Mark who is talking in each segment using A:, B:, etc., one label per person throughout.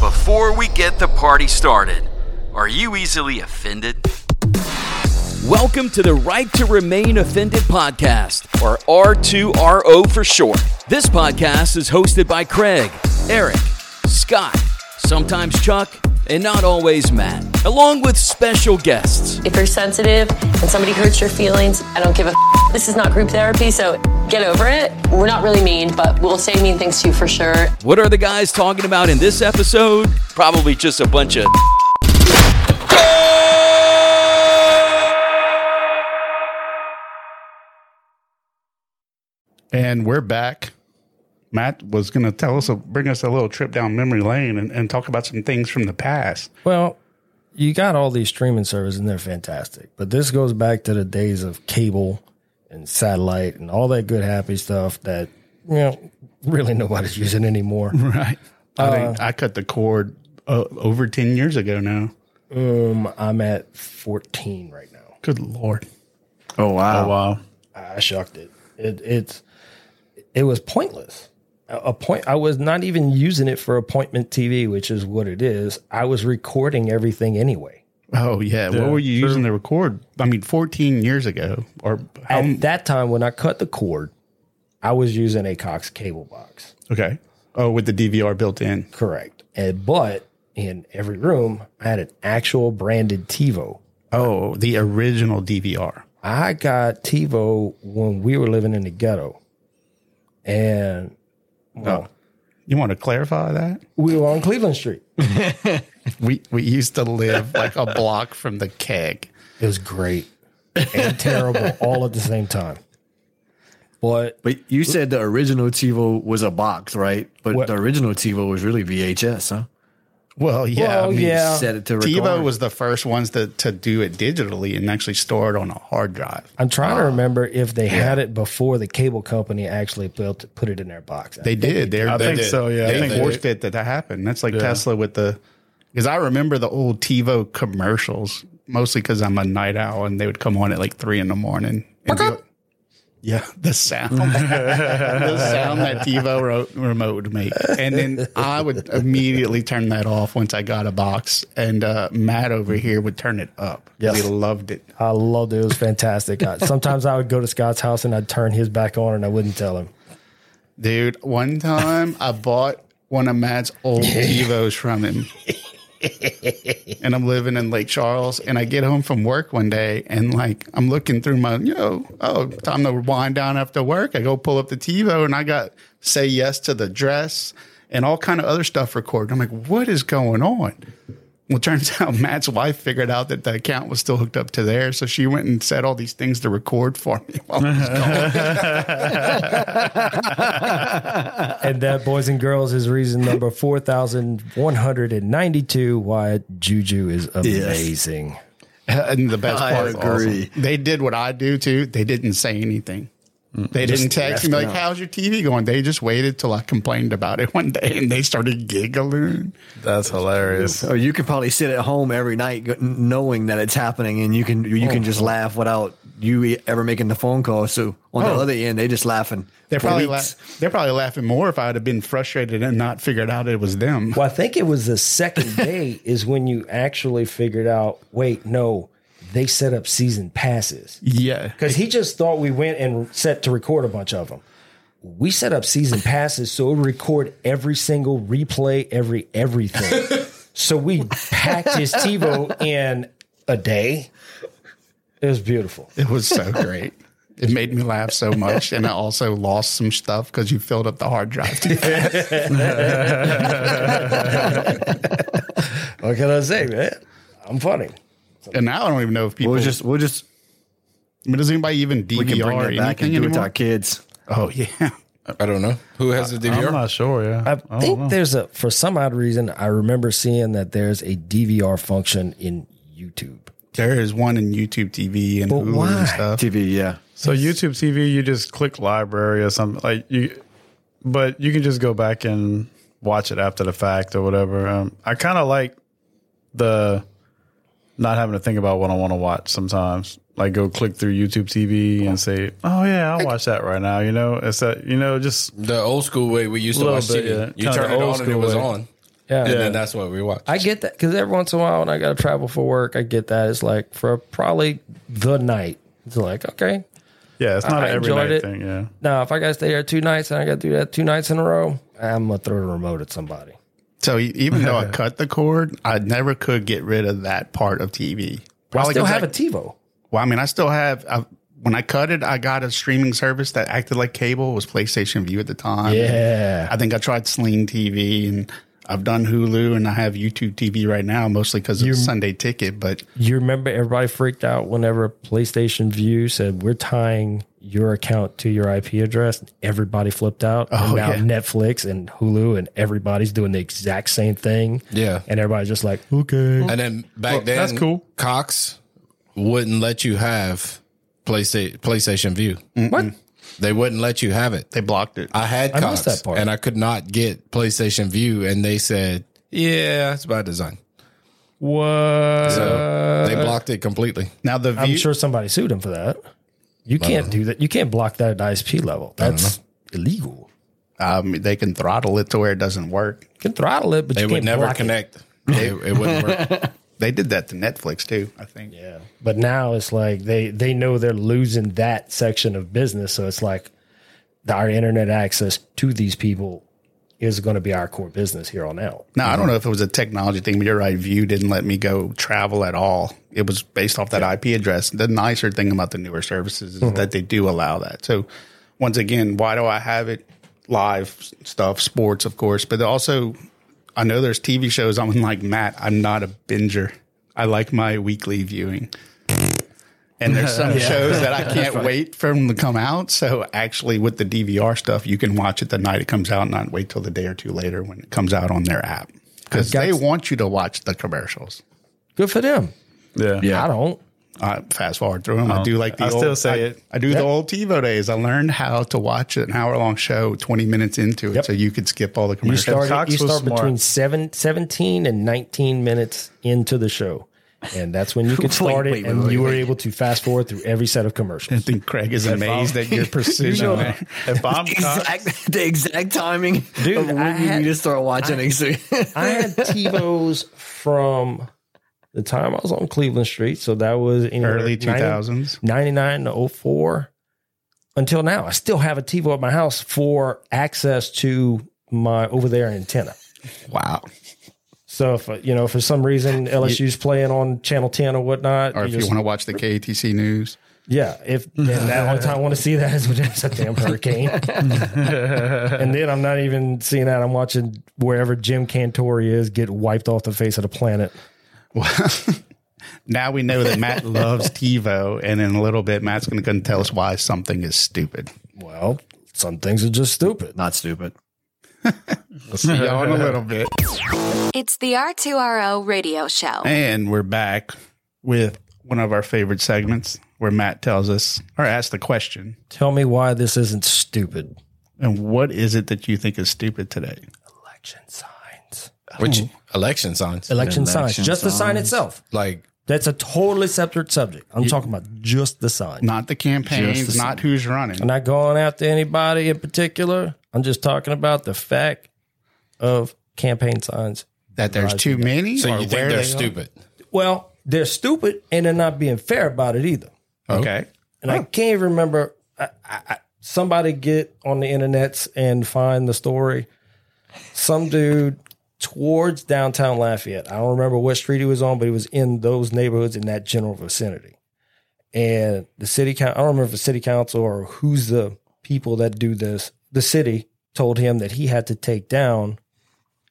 A: before we get the party started, are you easily offended? Welcome to the Right to Remain Offended podcast, or R2RO for short. This podcast is hosted by Craig, Eric, Scott, sometimes Chuck, and not always Matt, along with special guests.
B: If you're sensitive and somebody hurts your feelings, I don't give a f- This is not group therapy, so get over it. We're not really mean, but we'll say mean things to you for sure.
A: What are the guys talking about in this episode? Probably just a bunch of.
C: And we're back. Matt was going to tell us, bring us a little trip down memory lane and, and talk about some things from the past.
D: Well, you got all these streaming services and they're fantastic. But this goes back to the days of cable and satellite and all that good happy stuff that you know really nobody's using anymore.
C: Right. I, think I cut the cord uh, over 10 years ago now.
D: Um, I'm at 14 right now.
C: Good Lord.
E: Oh wow!
C: Oh, wow.
D: I shucked it. It it's it was pointless. A a point I was not even using it for appointment TV, which is what it is. I was recording everything anyway.
C: Oh, yeah. What were you using to record? I mean, 14 years ago. Or how?
D: At that time when I cut the cord, I was using a Cox cable box.
C: okay. Oh, with the DVR built in.
D: Correct. And but in every room, I had an actual branded TiVo.
C: Oh, the original DVR.
D: I got TiVo when we were living in the ghetto, and well,
C: You want to clarify that?
D: we were on Cleveland Street.
C: We, we used to live like a block from the keg.
D: It was great and terrible all at the same time. But
E: But you said the original TiVo was a box, right? But
D: What-
E: the original TiVo was really VHS, huh?
C: Well, yeah.
D: Well, yeah.
E: Set it to record.
C: TiVo was the first ones to, to do it digitally and actually store it on a hard drive.
D: I'm trying to remember if they had it before the cable company actually built put it in their box.
C: They did. They're,
E: I
C: they
E: think
C: did.
E: so, yeah. I
C: they
E: think they
C: forced it that that happened. That's like Tesla with the because I remember the old TiVo commercials mostly because I'm a night owl and they would come on at like three in the morning. and do- yeah, the sound, the sound that TiVo ro- remote would make, and then I would immediately turn that off once I got a box, and uh, Matt over here would turn it up.
D: Yes.
C: we loved it.
D: I loved it. It was fantastic. I, sometimes I would go to Scott's house and I'd turn his back on and I wouldn't tell him.
C: Dude, one time I bought one of Matt's old TiVos from him. and I'm living in Lake Charles and I get home from work one day and like I'm looking through my, you know, oh, time to wind down after work. I go pull up the TiVo and I got say yes to the dress and all kind of other stuff recorded. I'm like, what is going on? Well, turns out Matt's wife figured out that the account was still hooked up to there, so she went and set all these things to record for me. While I was gone.
D: And that, boys and girls, is reason number 4,192 why Juju is amazing.
C: And the best
E: I
C: part,
E: agree.
C: also, they did what I do too. They didn't say anything. They didn't text me like, "How's your TV going?" They just waited till I complained about it one day, and they started giggling.
F: That's hilarious.
E: Or Oh, you could probably sit at home every night, g- knowing that it's happening, and you can you can just laugh without you e- ever making the phone call. So on the other end, they just laughing.
C: They're
E: for
C: probably la-
E: weeks.
C: they're probably laughing more if I'd have been frustrated and not figured out it was them.
D: Well, I think it was the second day is when you actually figured out wait, no, they set up season passes.
C: Yeah,
D: Because he just thought we went and set to record a bunch of them. We set up season passes so it would record every single replay, every everything. so we packed his TiVo in a day. It was beautiful.
C: it was so great. It made me laugh so much, and I also lost some stuff because you filled up the hard drive. too fast.
D: What can I say, man? I'm funny.
C: and now I don't even know if people.
E: We'll just we'll just
C: I mean, does anybody even DVR
E: we can bring
C: anything
E: it back and do it to
C: anymore?
E: our kids.
C: Oh yeah,
F: I don't know. Who has the DVR?
G: I'm not sure. Yeah,
D: I, think there's a for some odd reason I remember seeing that there's a DVR function in YouTube.
C: there is one in YouTube TV and
D: But
C: Hulu
D: why?
C: and stuff.
E: TV, yeah.
G: so YouTube TV, you just click library or something like you, but you can just go back and watch it after the fact or whatever. Um, I kind of like the not having to think about what I want to watch sometimes. Like go click through YouTube TV and say, "Oh yeah, I'll watch that right now." You know, it's that you know just
F: The old school way we used to
G: Little
F: watch
G: bit,
F: TV.
G: yeah.
F: You
G: Kinda
F: turn it
G: old
F: on and it
G: school
F: was
G: way.
F: on.
D: Yeah.
F: And then that's what we watch.
D: I get that because every once in a while when I got to travel for work, I get that. It's like for probably the night. It's like, okay.
G: Yeah, it's not
D: I
G: an every
D: enjoyed
G: night
D: it.
G: thing. Yeah.
D: Now, if I got to stay there two nights and I got to do that two nights in a row, I'm going to throw the remote at somebody.
C: So e- even though I cut the cord, I never could get rid of that part of TV.
D: I
C: Probably
D: still
C: 'cause
D: have a TiVo.
C: Well, I mean, I still have. I, when I cut it, I got a streaming service that acted like cable. It was PlayStation View at the time.
D: Yeah.
C: I think I tried Sling TV, and I've done Hulu, and I have YouTube TV right now, mostly because of Sunday Ticket. But
D: You remember everybody freaked out whenever PlayStation View said, we're tying your account to your IP address. Everybody flipped out. and
C: Oh,
D: now
C: yeah.
D: Netflix and Hulu and everybody's doing the exact same thing.
F: Yeah.
D: And everybody's just like, okay.
F: And then back then,
G: that's cool.
F: Cox wouldn't let you have PlayStation PlayStation View.
D: What?
F: They wouldn't let you have it.
C: they blocked it.
F: I had
D: Mm. I
F: Cox,
D: missed that part.
F: and I could not get PlayStation View, and they said, "Yeah, it's by design."
D: What?
F: So they
D: Uh,
F: blocked it completely.
C: now the
D: I'm
C: view,
D: sure somebody sued him for that. You can't do that. You can't block that at ISP level. That's illegal.
C: um, they can throttle it to where it doesn't work.
D: You can throttle it, but
F: They
D: you can't
F: would never
D: block it. Mm.
F: connect. It, it wouldn't work.
C: They did that to Netflix too. I think.
D: Yeah. But now it's like they they know they're losing that section of business. So it's like the- our internet access to these people is going to be our core business here on out.
C: Now I don't know if it was a technology thing, but you're right. View didn't let me go travel at all. It was based off that IP address. The nicer thing about the newer services is that they do allow that. So, once again, why do I have it? Live s- stuff, sports, of course, but also I know there's TV shows. I'm like Matt. I'm not a binger. I like my weekly viewing. And there's some shows that I can't wait for them to come out. So actually, with the DVR stuff, you can watch it the night it comes out, not wait till the day or two later when it comes out on their app because
D: got
C: they
D: s-
C: want you to watch the commercials.
D: Good for them.
G: Yeah.
D: I don't.
C: I fast forward through them. I do like the
G: I
C: old,
G: still say
C: I,
G: it.
C: I do the old TiVo days. I learned how to watch an hour long show 20 minutes into it,
D: Yep.
C: so you could skip all the
D: You
C: commercials.
D: start,
G: Cox
D: you
G: was
D: start between
G: smart.
D: seven, 17 and 19 minutes into the show. And that's when you could start
E: Wait,
D: it
E: wait,
D: and
E: wait,
D: you were
E: wait.
D: able to fast forward through every set of commercials.
C: I think Craig is amazed at your precision.
E: know-
C: there.
G: If I'm Cox,
E: Exact, the exact timing
D: Dude,
E: of when
D: I
E: you
D: had-
E: need to start watching. it.
D: I had TiVos from the time I was on Cleveland Street. So that was in
C: early 2000s.
D: 99 to 04 until now. I still have a TiVo at my house for access to my over there antenna.
C: Wow.
D: So if, uh, you know, for some reason LSU's playing on channel 10 or whatnot,
C: Or if you
D: just-
C: want to watch the KTC news.
D: yeah, if and that only time I want to see that is when there's a damn hurricane. and then I'm not even seeing that. I'm watching wherever Jim Cantori is get wiped off the face of the planet.
C: Well, now we know that Matt loves TiVo, and in a little bit, Matt's going to come tell us why something is stupid.
D: Well, some things are just stupid.
E: Not stupid.
C: We'll see y'all in a little bit.
H: It's the R2RO radio show.
C: And we're back with one of our favorite segments where Matt tells us or asks the question.
D: Tell me why this isn't stupid.
C: And what is it that you think is stupid today?
D: Election signs.
F: Which election signs?
D: Election, signs.
E: Election
D: Just the sign
E: signs.
D: itself.
F: Like
D: That's a totally separate subject. I'm talking about just the sign.
C: Not the campaigns, not who's running.
D: I'm not going after anybody in particular. I'm just talking about the fact of campaign signs.
C: That there's too many.
F: so
C: or
F: you think
C: where
F: they're
C: they are?
F: stupid?
D: Well, they're stupid and they're not being fair about it either.
C: Okay.
D: And I can't even remember. I, I, I, somebody get on the internets and find the story. Some dude towards downtown Lafayette. I don't remember what street he was on, but he was in those neighborhoods in that general vicinity. And the city council, I don't remember if the city council or who's the people that do this. The city told him that he had to take down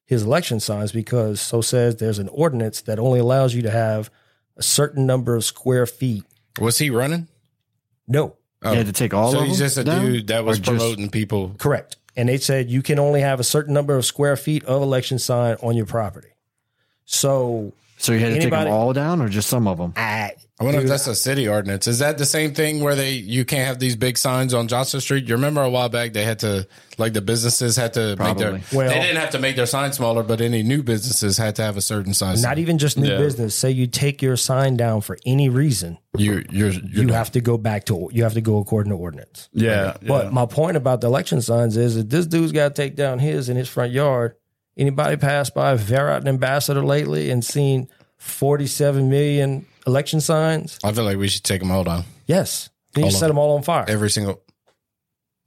D: his election signs because so says there's an ordinance that only allows you to have a certain number of square feet.
F: Was he running?
D: No,
E: You had to take all
F: so
E: of
F: he's
E: them
F: just a
E: down?
F: dude that was
E: Or just-
F: promoting people.
D: Correct. And they said you can only have a certain number of square feet of election sign on your property. So
E: So you had to take
D: Anybody-
E: them all down, or just some of them?
D: I
F: I wonder if that's a city ordinance. Is that the same thing where they you can't have these big signs on Johnson Street? You remember a while back they had to like the businesses had to
E: Probably.
F: make their
D: Well-
F: they didn't have to make their sign smaller, but any new businesses had to have a certain size.
D: not even just new
G: Yeah.
D: business. Say you take your sign down for any reason,
F: you you're,
D: you
F: you're
D: have to go back to you have to go according to ordinance.
G: yeah.
D: But my point about the election signs is that this dude's got to take down his in his front yard, Anybody passed by Verat Ambassador lately and seen 47 million election signs?
F: I feel like we should take them. Hold on.
D: Yes. Then you
F: All of
D: set
F: them.
D: them all on fire.
F: Every single.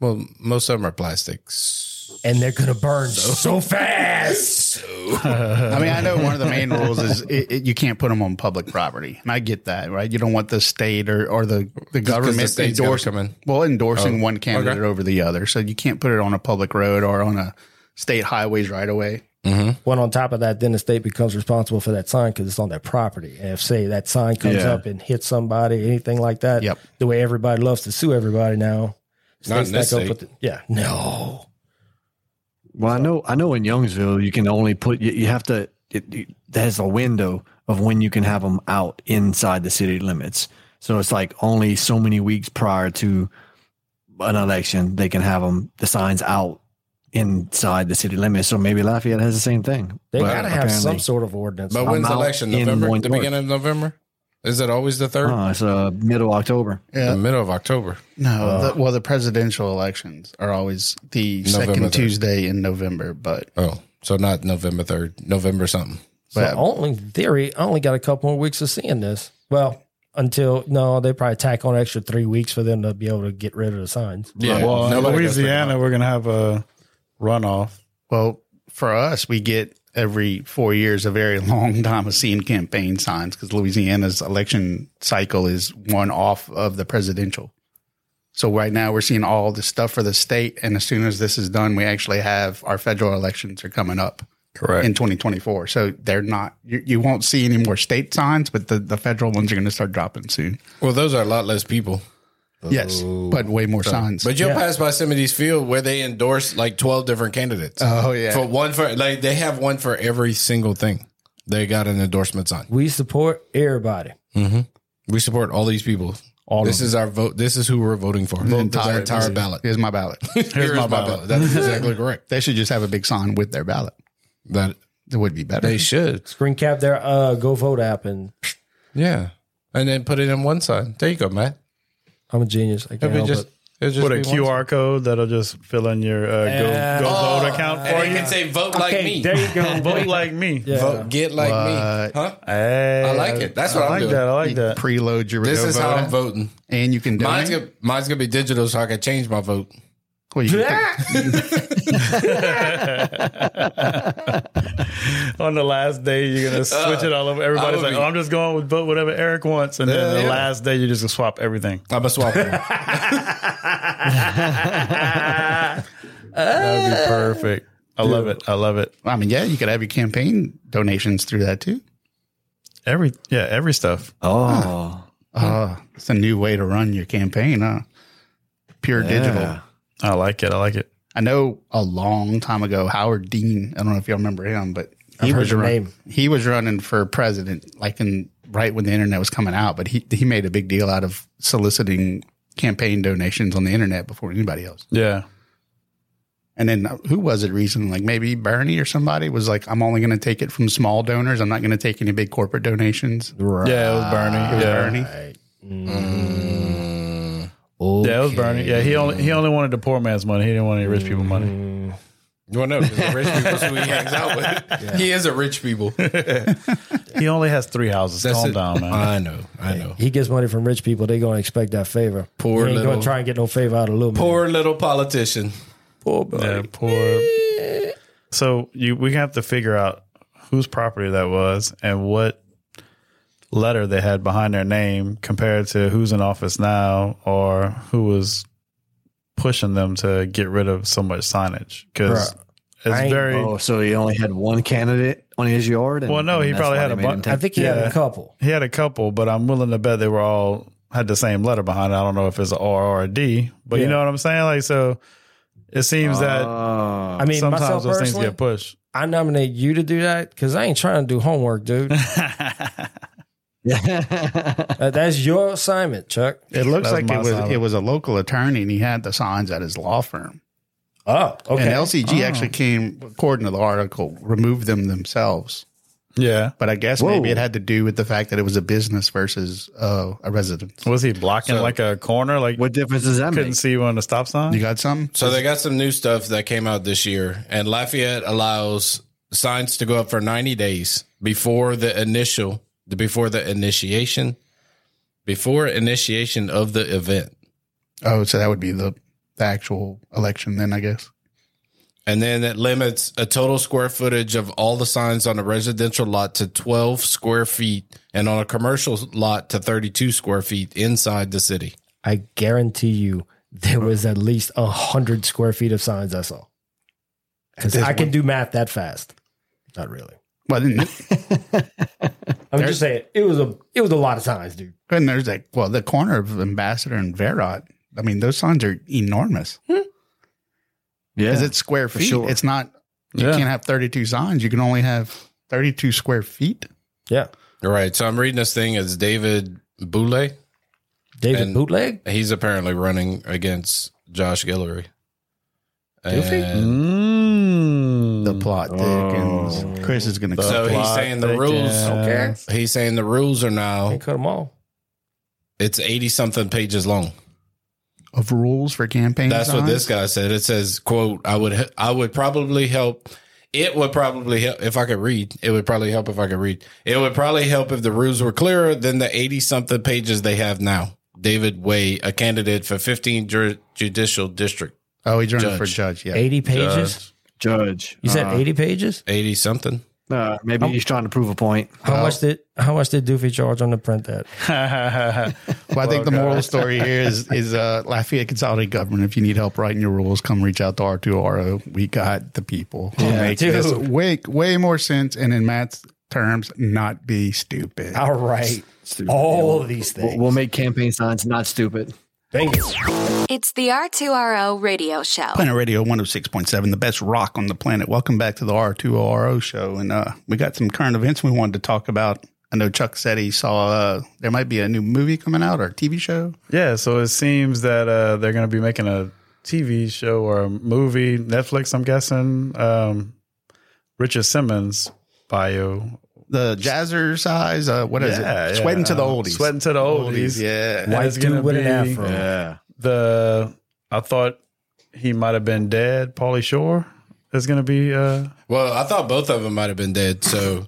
F: Well, most of them are plastics.
D: and they're going to burn so fast.
C: I mean, I know one of the main rules is it, it, you can't put them on public property, and I get that, right? You don't want the state or, or the, the government
F: state's gotta
C: endorsing
F: come in.
C: well endorsing
F: Oh,
C: one candidate
F: okay.
C: over the other, so you can't put it on a public road or on a state highways right away.
F: Mm-hmm.
D: Well, on top of that, then the state becomes responsible for that sign because it's on their property. And if, say, that sign comes
G: Yeah.
D: up and hits somebody, anything like that,
C: Yep.
D: the way everybody loves to sue everybody now.
F: Not in
D: state's
F: this
D: gonna
F: state.
D: the- yeah, no.
E: Well, I know, I know. In Youngsville, you can only put you, you have to. It, it, there's a window of when you can have them out inside the city limits. So it's like only so many weeks prior to an election they can have them the signs out inside the city limits. So maybe Lafayette has the same thing.
D: They
E: But
D: got to have some
E: apparently-
D: sort of ordinance.
F: But
E: I'm
F: when's the
E: out
F: election?
E: in
F: November?
E: one
F: The
E: door.
F: beginning of November? Is it always the third?
E: Oh, it's uh, middle October.
F: The middle of October.
C: No, the, well, the presidential elections are always the
F: Uh. November
C: second
F: third.
C: Tuesday in November, but
F: Oh, so not November 3rd, November something.
D: So only theory, I only got a couple more weeks of seeing this. Well, until no, they probably tack on an extra three weeks for them to be able to get rid of the signs.
F: Yeah.
G: Well, in
F: nobody goes for
G: Louisiana, we're gonna have a runoff.
C: Well, for us, we get every four years a very long time of seeing campaign signs because Louisiana's election cycle is one off of the presidential. So right now we're seeing all this stuff for the state, and as soon as this is done, we actually have our federal elections are coming up
G: Correct.
C: in 2024. So they're not you, you won't see any more state signs, but the, the federal ones are going to start dropping soon.
F: Well, those are a lot less people.
C: Yes, but way more signs.
F: But you'll pass by Simity's Field where they endorse like 12 different candidates.
C: oh yeah,
F: For one for like they have one for every single thing. They got an endorsement sign.
D: We support everybody.
F: We support all these people. All this is our vote. This is who we're voting for. Vote
C: entire-
F: our entire ballot.
C: here's my ballot.
F: Here's my ballot. That's exactly correct.
C: they should just have a big sign with their ballot.
F: That
C: It would be better.
F: they should.
D: Screen cap their uh, Go Vote app, and
F: Yeah. And then put it in one sign. There you go, Matt.
D: I'm a genius. I can't
F: It'd be
D: help
F: just,
D: it.
F: it'd just
G: Put a
F: be one
G: QR code that'll just fill in your uh,
D: Yeah.
G: go go vote account
F: sign.
G: for
F: And it
G: you.
F: can say vote like
D: Okay,
F: me.
D: there you
G: Go vote like me.
D: Yeah.
F: Vote get like me.
C: What?
F: Huh?
G: Hey,
F: I like it. That's what
G: I
F: I'm
G: like
F: doing.
G: that. I like
C: You
G: that.
C: Preload your
F: This
C: Go
F: is how
C: vote
F: I'm
C: app,
F: voting.
C: and you can donate.
F: Mine's gonna, mine's gonna be digital, so I can change my vote.
C: well, you can pick-
G: On the last day, you're gonna switch it all over. Everybody's
F: would
G: like,
F: be-
G: "Oh, I'm just going with vote whatever Eric wants," and then
F: Yeah,
G: the
F: yeah.
G: last day, you just gonna swap everything.
F: I'm a swap. vote.
G: That'd be perfect. I love it. I love it.
C: I mean, yeah, you could have your campaign donations through that too.
G: Every yeah, every stuff.
E: Oh,
C: Uh, it's a new way to run your campaign, huh? Pure digital.
E: yeah.
G: I like it. I like it.
C: I know a long time ago, Howard Dean. I don't know if y'all remember him, but he
D: heard
C: was
D: the
C: run-
D: name.
C: he was running for president, like in right when the internet was coming out. But he he made a big deal out of soliciting campaign donations on the internet before anybody else.
G: Yeah.
C: And then uh, who was it recently? Like maybe Bernie or somebody was like, I'm only going to take it from small donors. I'm not going to take any big corporate donations.
D: Right.
G: Yeah, it was Bernie. yeah.
C: Bernie.
G: Yeah, it was Bernie. Yeah, he only he only wanted the poor man's money. He didn't want any rich people money.
F: You want to know? 'cause the rich people's who he hangs out with. He is a rich people.
G: He only has three houses. Calm
F: it.
G: down, man.
F: I know. I know.
D: He gets money from rich people. They're gonna expect that favor.
F: Poor
D: he ain't
F: little-
D: gonna try and get no favor out of little man.
F: Poor little politician.
D: poor
G: Yeah, poor. So you we have to figure out whose property that was and what letter they had behind their name compared to who's in office now or who was pushing them to get rid of so much signage because
D: Bruh. I
G: it's
D: ain't-
G: very
E: oh, so he only had one candidate on his yard. and-
G: Well, no, he
E: and that's
G: probably
E: why
G: had
E: they
G: a
E: made him
G: bunch-
E: take-
D: I think he had
G: Yeah.
D: a couple.
G: he had a couple, but I'm willing to bet they were all had the same letter behind it. I don't know if it's an R or a D, but you
D: Yeah. Uh,
G: know what I'm saying? Like so it seems that
E: Uh,
D: I mean,
G: sometimes
D: myself
G: those things
D: personally,
G: get pushed.
D: I nominate you to do that because I ain't trying to do homework, dude. Uh, that's your assignment, Chuck.
C: It looks
G: That was
C: like
G: my
C: it was
G: side.
C: it was a local attorney and he had the signs at his law firm.
D: Oh, okay.
C: And LCG
E: Ah.
C: actually came, according to the article, removed them themselves.
G: Yeah.
C: But I guess
E: Whoa.
C: maybe it had to do with the fact that it was a business versus uh, a residence.
G: Was he blocking
F: So-
G: like a corner? Like
E: What difference does that
G: couldn't
E: make?
G: see you on the stop sign?
C: You got some?
F: So they got some new stuff that came out this year, and Lafayette allows signs to go up for 90 days before the initial, before the initiation, before initiation of the event.
C: Oh, so that would be the, the actual election then, I guess.
F: And then it limits a total square footage of all the signs on a residential lot to 12 square feet and on a commercial lot to 32 square feet inside the city.
D: I guarantee you there was at least a hundred square feet of signs I saw. Because
C: There's
D: I can
C: one-
D: do math that fast. Not really.
C: Well, then,
D: I'm just saying it was a it was a lot of signs, dude.
C: and there's like, well, the corner of Ambassador and Verot. I mean, those signs are enormous because
E: Yeah.
C: it's square feet.
E: sure.
C: It's not, you
G: Yeah.
C: can't have 32 signs. You can only have 32 square feet.
D: Yeah.
F: All right. So I'm reading this thing as David Boulay.
D: David
F: And-
D: Bootleg?
F: He's apparently running against Josh Guillory. And
E: Mm.
C: The plot
E: Oh.
C: thickens. Chris is going to so
F: So he's saying the rules.
G: Okay.
F: he's saying the rules are
D: They
F: now
D: cut them all.
F: it's 80 something pages long.
C: of rules for campaign.
F: That's what
C: signs?
F: this guy said. It says, "quote I would I would probably help. It would probably help if I could read. It would probably help if I could read. It would probably help if the rules were clearer than the eighty something pages they have now." David Way, a candidate for 15 ju- judicial district,
C: Oh, he's running
F: Judge.
C: for judge. Yeah.
D: 80 pages?
E: Judge.
D: You said
E: Uh,
D: 80 pages?
F: eighty something.
E: uh, maybe he's trying to prove a point.
D: How much did how much did Doofy charge on the print that?
C: Well, I think the
G: Well,
C: moral story here is is uh, Lafayette Consolidated Government. If you need help writing your rules, come reach out to R2RO. We got the people who make
D: dude.
C: this way, way more sense and in Matt's terms, not be stupid.
D: All right. All of these things.
E: We'll, we'll make campaign signs not stupid.
D: Bingo.
H: It's the R2RO radio show.
C: Planet Radio 106.7, the best rock on the planet. Welcome back to the R2RO show. And uh, we got some current events we wanted to talk about. I know Chuck said he saw uh, there might be a new movie coming out or a TV show.
G: Yeah, so it seems that uh, they're going to be making a TV show or a movie, Netflix, I'm guessing. Um, Richard Simmons bio.
C: The Jazzercise, uh, what is
G: Yeah,
C: it?
G: yeah,
C: Sweating to the
G: uh,
C: oldies.
G: Sweating to the oldies.
C: Yeah.
G: And
D: White
G: it's gonna
D: dude with an
G: be
D: afro.
E: Yeah.
G: The I thought he might have been dead. Paulie Shore is going to be. Uh,
F: Well, I thought both of them might have been dead, so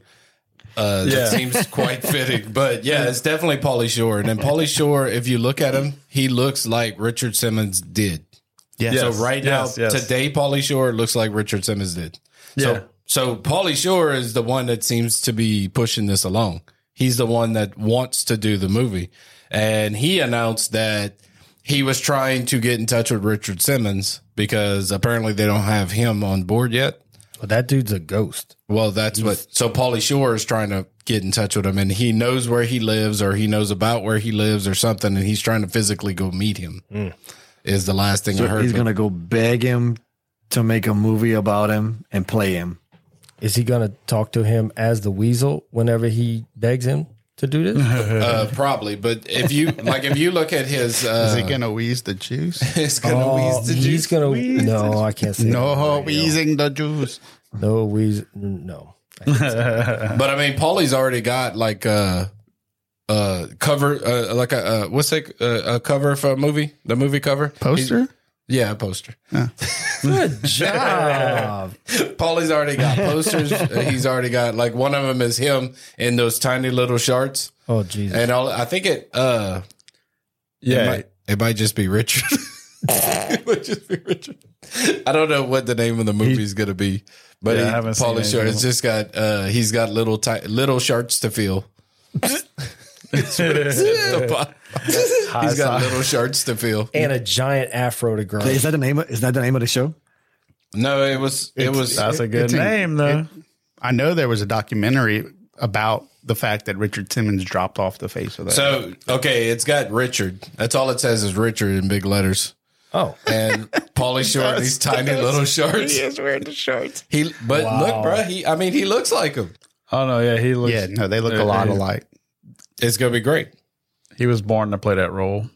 F: uh,
G: Yeah.
F: that seems quite fitting. But yeah, it's definitely Paulie Shore. And then Paulie Shore, if you look at him, he looks like Richard Simmons did.
C: Yes.
F: So right
G: Yes,
F: now,
G: yes.
F: today, Paulie Shore looks like Richard Simmons did.
G: Yeah.
F: So, so Paulie Shore is the one that seems to be pushing this along. He's the one that wants to do the movie, and he announced that he was trying to get in touch with Richard Simmons because apparently they don't have him on board yet.
D: Well, that dude's a ghost.
F: Well, that's what. So Paulie Shore is trying to get in touch with him, and he knows where he lives, or he knows about where he lives, or something, and he's trying to physically go meet him.
G: Mm.
F: Is the last thing I heard.
E: He's
F: but-
E: going to go beg him to make a movie about him and play him.
D: Is he gonna talk to him as the weasel whenever he begs him to do this?
F: uh, probably, but if you like, if you look at his,
C: Is
F: uh,
C: it gonna wheeze the juice?
F: it's gonna
D: Oh,
F: wheeze the
D: he's
F: juice.
D: gonna no, I can't say
C: no, wheezing the juice.
D: no weasel no.
F: But I mean, Paulie's already got like a uh, cover, uh, like a uh, what's it, uh, a cover for a movie, the movie cover
C: Poster?
F: He- yeah, a poster.
D: Good job.
F: Paulie's already got posters. he's already got like one of them is him in those tiny little shorts.
D: Oh Jesus.
F: And all, I think it, uh, it,
G: yeah,
F: might, it might just be Richard. it might just be Richard. I don't know what the name of the movie's going to be, but
G: Yeah, I
F: he-
G: haven't seen
F: Paulie Shore
G: anything.
F: has just got, uh, he's got little, ti- little shirts to fill. The bottom. he's got little shirts to fill.
D: and a giant afro to grow.
E: Is that the name? Of, is that the name of the show?
F: No, it was, it was,
G: that's a good
C: it's in-
G: name though.
C: I know there was a documentary about the fact that Richard Simmons dropped off the face of the
F: so, okay, it's got Richard. That's all it says is Richard in big letters.
D: oh,
F: and Paulie Shore in these tiny little shorts. He is wearing the shorts. He, but look, bro. He, I mean, he looks like him.
G: oh no, yeah, he looks.
C: Yeah, no, they look a lot alike.
F: It's gonna be great.
G: He was born to play that role.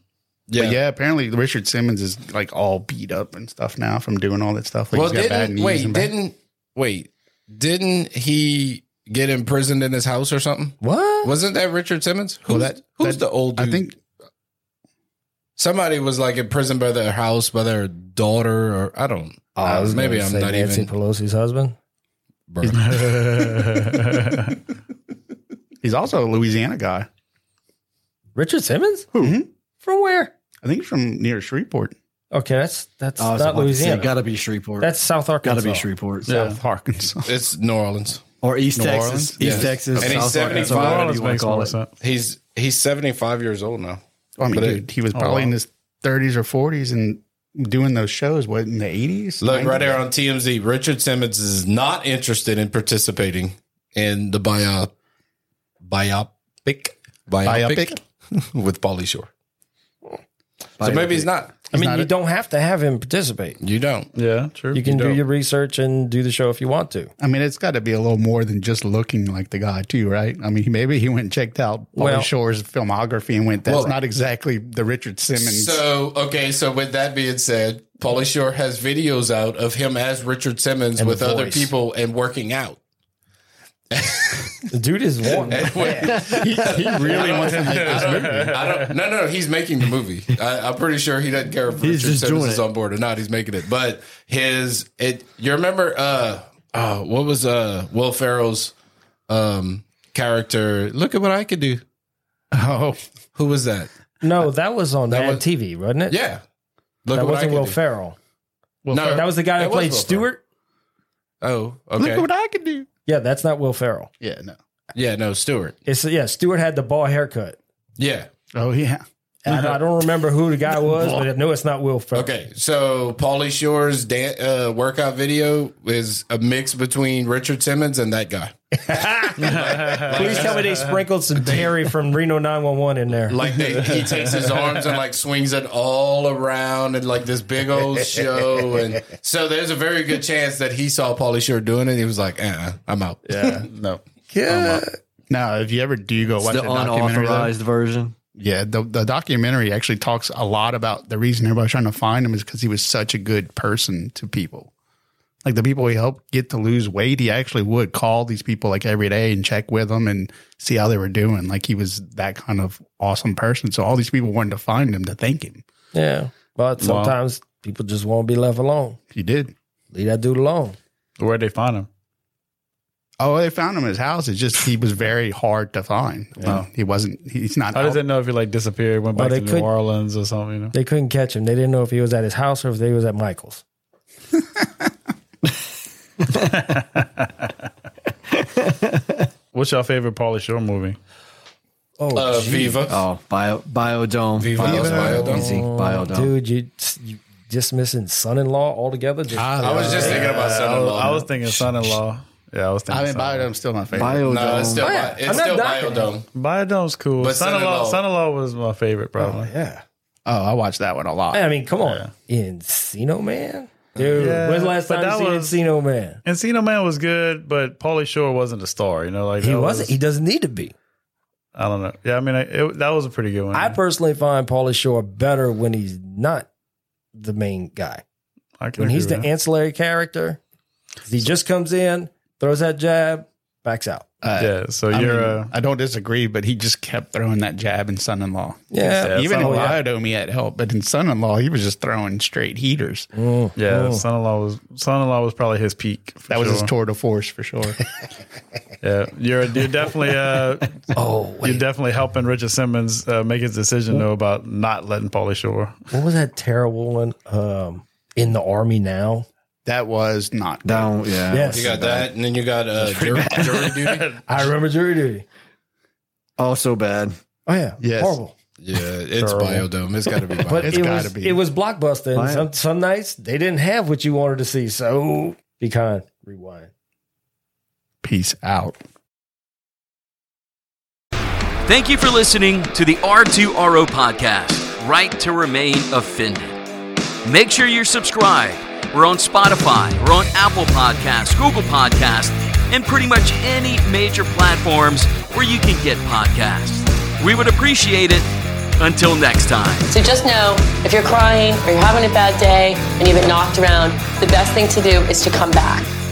C: But yeah, apparently Richard Simmons is like all beat up and stuff now from doing all that stuff. Like
F: Well,
C: he's got bad
F: didn't
C: knees
F: wait?
C: and bad-
F: Didn't wait? Didn't he get imprisoned in his house or something?
D: what?
F: Wasn't that Richard Simmons?
C: Well,
F: Who's,
C: that-
F: who's
C: that-
F: the old? Dude?
C: I think
F: somebody was like imprisoned by their house by their daughter, or I don't.
D: I
C: Oh,
D: was
F: Uh, maybe
D: gonna
F: I'm
D: say
F: not
D: Nancy
F: even.
D: Pelosi's husband.
F: bro.
C: He's also a Louisiana guy.
D: Richard Simmons? From where?
C: I think he's from near Shreveport,
D: Okay, that's that's
E: I was
D: not
E: about to say,
D: Louisiana.
E: Gotta be Shreveport.
D: that's South Arkansas.
E: gotta be Shreveport.
C: South Arkansas.
F: it's New Orleans.
E: Or East
C: New
E: Texas.
C: Orleans?
E: East
F: Yeah.
E: Texas.
F: And he's
E: South Arkansas,
F: 75.
E: whatever
G: That
E: you want
G: makes
E: to call
G: more
E: it.
G: sense.
F: He's he's seventy five years old now.
C: I mean,
F: But it- oh.
C: dude, he was probably in his 30s or 40s and doing those shows, what, in the 80s?
F: Look
C: 90s?
F: right there on TMZ. Richard Simmons is not interested in participating in the bio, biopic biopic, with Pauly Shore. So maybe he's not.
D: I mean,
C: not
D: you
C: a-
D: don't have to have him participate.
F: You don't.
G: Yeah, true.
D: You can do
G: don't.
D: your research and do the show if you want to.
C: I mean, it's got to be a little more than just looking like the guy, too, right? I mean, maybe he went and checked out Paul
D: Well-
C: Shore's filmography and went, that's
F: Well-
C: not exactly the Richard Simmons.
F: So okay. So with that being said, Pauly Shore has videos out of him as Richard Simmons
D: And
F: with
D: the
F: other
D: voice.
F: people and working out.
D: The dude is one.
C: he, he really wants to make
F: I
C: this
F: don't,
C: movie.
F: I don't. No, no, no. He's making the movie. I, I'm pretty sure he doesn't care if
E: He's
F: Richard
E: just
F: Simmons
E: doing
F: is
E: it.
F: on board or not. He's making it. But his it. You remember? Uh, oh, what was uh Will Ferrell's um character? Look at what I could do.
C: Oh,
F: Who was that?
D: No, that was on
F: That
D: Mad
F: was-
D: TV, wasn't it?
F: Yeah. Look
D: that
F: what I
D: wasn't
F: could
D: Will
F: do.
D: Ferrell.
F: No,
D: That was the guy
F: that
D: that
F: was
D: played
F: Will
D: Stewart.
F: Oh, okay.
C: look what I can do.
D: Yeah, that's not Will Ferrell.
C: Yeah, no.
F: yeah, no, Stewart.
D: It's yeah, Stewart had the ball haircut.
F: Yeah.
C: Oh, yeah.
D: And I don't- I don't remember who the guy was, but I know it's not Will Ferrell.
F: Okay, so Paulie Shore's dan- uh, workout video is a mix between Richard Simmons and that guy.
D: Please tell me they sprinkled some Terry from Reno 911 in there.
F: Like they, he takes his arms and like swings it all around and like this big old show. And so there's a very good chance that he saw Paulie Shore doing it. and he was like, uh-uh, I'm out.
C: Yeah, no.
F: Yeah.
C: Now, if you ever do go
E: It's
C: watch
E: the
C: a documentary, though,
E: unauthorized version.
C: Yeah, the, the documentary actually talks a lot about the reason everybody's trying to find him is because he was such a good person to people. Like the people he helped get to lose weight, he actually would call these people like every day and check with them and see how they were doing. Like he was that kind of awesome person. So all these people wanted to find him to thank him.
D: Yeah, but sometimes people just won't be left alone.
C: He did.
D: Leave that dude alone.
G: Where'd they find him?
C: Oh, they found him in his house. It's just he was very hard to find. Well, he wasn't. He's not.
G: How
C: out-
G: does it know if he like disappeared, went
D: Well,
G: back
D: they
G: to New
D: could-
G: Orleans or something? You know?
D: They couldn't catch him. They didn't know if he was at his house or if he was at Michael's.
G: What's your favorite Pauly Shore movie?
D: Oh,
F: Uh,
D: gee.
F: Viva.
E: Oh, bio, biodome.
F: Viva
E: Biodome.
F: la Biodome.
E: Easy. Biodome.
D: dude, you, you just missing son-in-law altogether. Just,
F: I was just thinking about
G: I was,
F: son-in-law.
G: I was thinking son-in-law. Yeah, I was thinking.
C: I mean,
G: son-in-law.
C: Biodome's still my favorite.
E: Biodome.
F: no, it's still,
D: Oh, yeah.
F: it's
D: I'm not
F: still
D: knocking it.
F: biodome.
G: Biodome's cool.
F: But
G: son-in-law,
F: son-in-law-
G: son-in-law was my favorite, probably.
D: yeah.
C: oh, I watched that one a
F: Ah.
C: lot.
D: I mean, come on, Encino Man, dude.
G: Yeah,
D: when's the last
G: but
D: time you
G: that
D: seen Encino
G: was-
D: Man?
G: Encino Man was good, but Pauly Shore wasn't a star. You know, like
D: He
G: that
D: wasn't. He doesn't need to be.
G: I don't know. Yeah, I mean, I, it, that was a pretty good one.
D: I personally find Paulie Shore better when he's not the main guy.
G: I can
D: When he's
G: agree
D: the
G: with
D: ancillary character, he just comes in, throws that jab, backs out.
C: Uh,
G: that. yeah. So
C: I,
G: you're.
C: mean,
G: uh,
C: I don't disagree, but he just kept throwing that jab in son-in-law.
D: Yeah.
C: Even in
G: son-in-law-
C: Biodome had help, but in son-in-law, he was just throwing straight heaters.
D: Mm.
G: Yeah,
D: Mm.
G: son-in-law was son-in-law was probably his peak. for
C: That was his
G: sure.
C: tour de force for sure.
G: Yeah, you're you're definitely uh,
D: Oh,
G: you're definitely helping Richard Simmons uh, make his decision though about not letting Pauly Shore.
D: what was that terrible one? Um, in the army now.
C: that was not.
E: Down. Yeah.
D: Yes.
F: You got that, and then you got uh, jury, jury duty.
D: I remember jury duty.
E: Oh, so bad.
D: Oh yeah,
C: Yes.
D: horrible.
F: Yeah, it's
G: Terrible.
F: biodome. It's got to be biodome.
D: But
C: It's
D: it
C: gotta
D: was
C: be.
D: it was blockbuster. And
E: Right.
D: some some nights they didn't have what you wanted to see. So be kind. Rewind.
C: Peace out.
A: Thank you for listening to the R2RO podcast, Right to Remain Offended. Make sure you're subscribed. We're on Spotify, we're on Apple Podcasts, Google Podcasts, and pretty much any major platforms where you can get podcasts. We would appreciate it. Until next time.
B: So just know if you're crying or you're having a bad day and you've been knocked around, the best thing to do is to come back.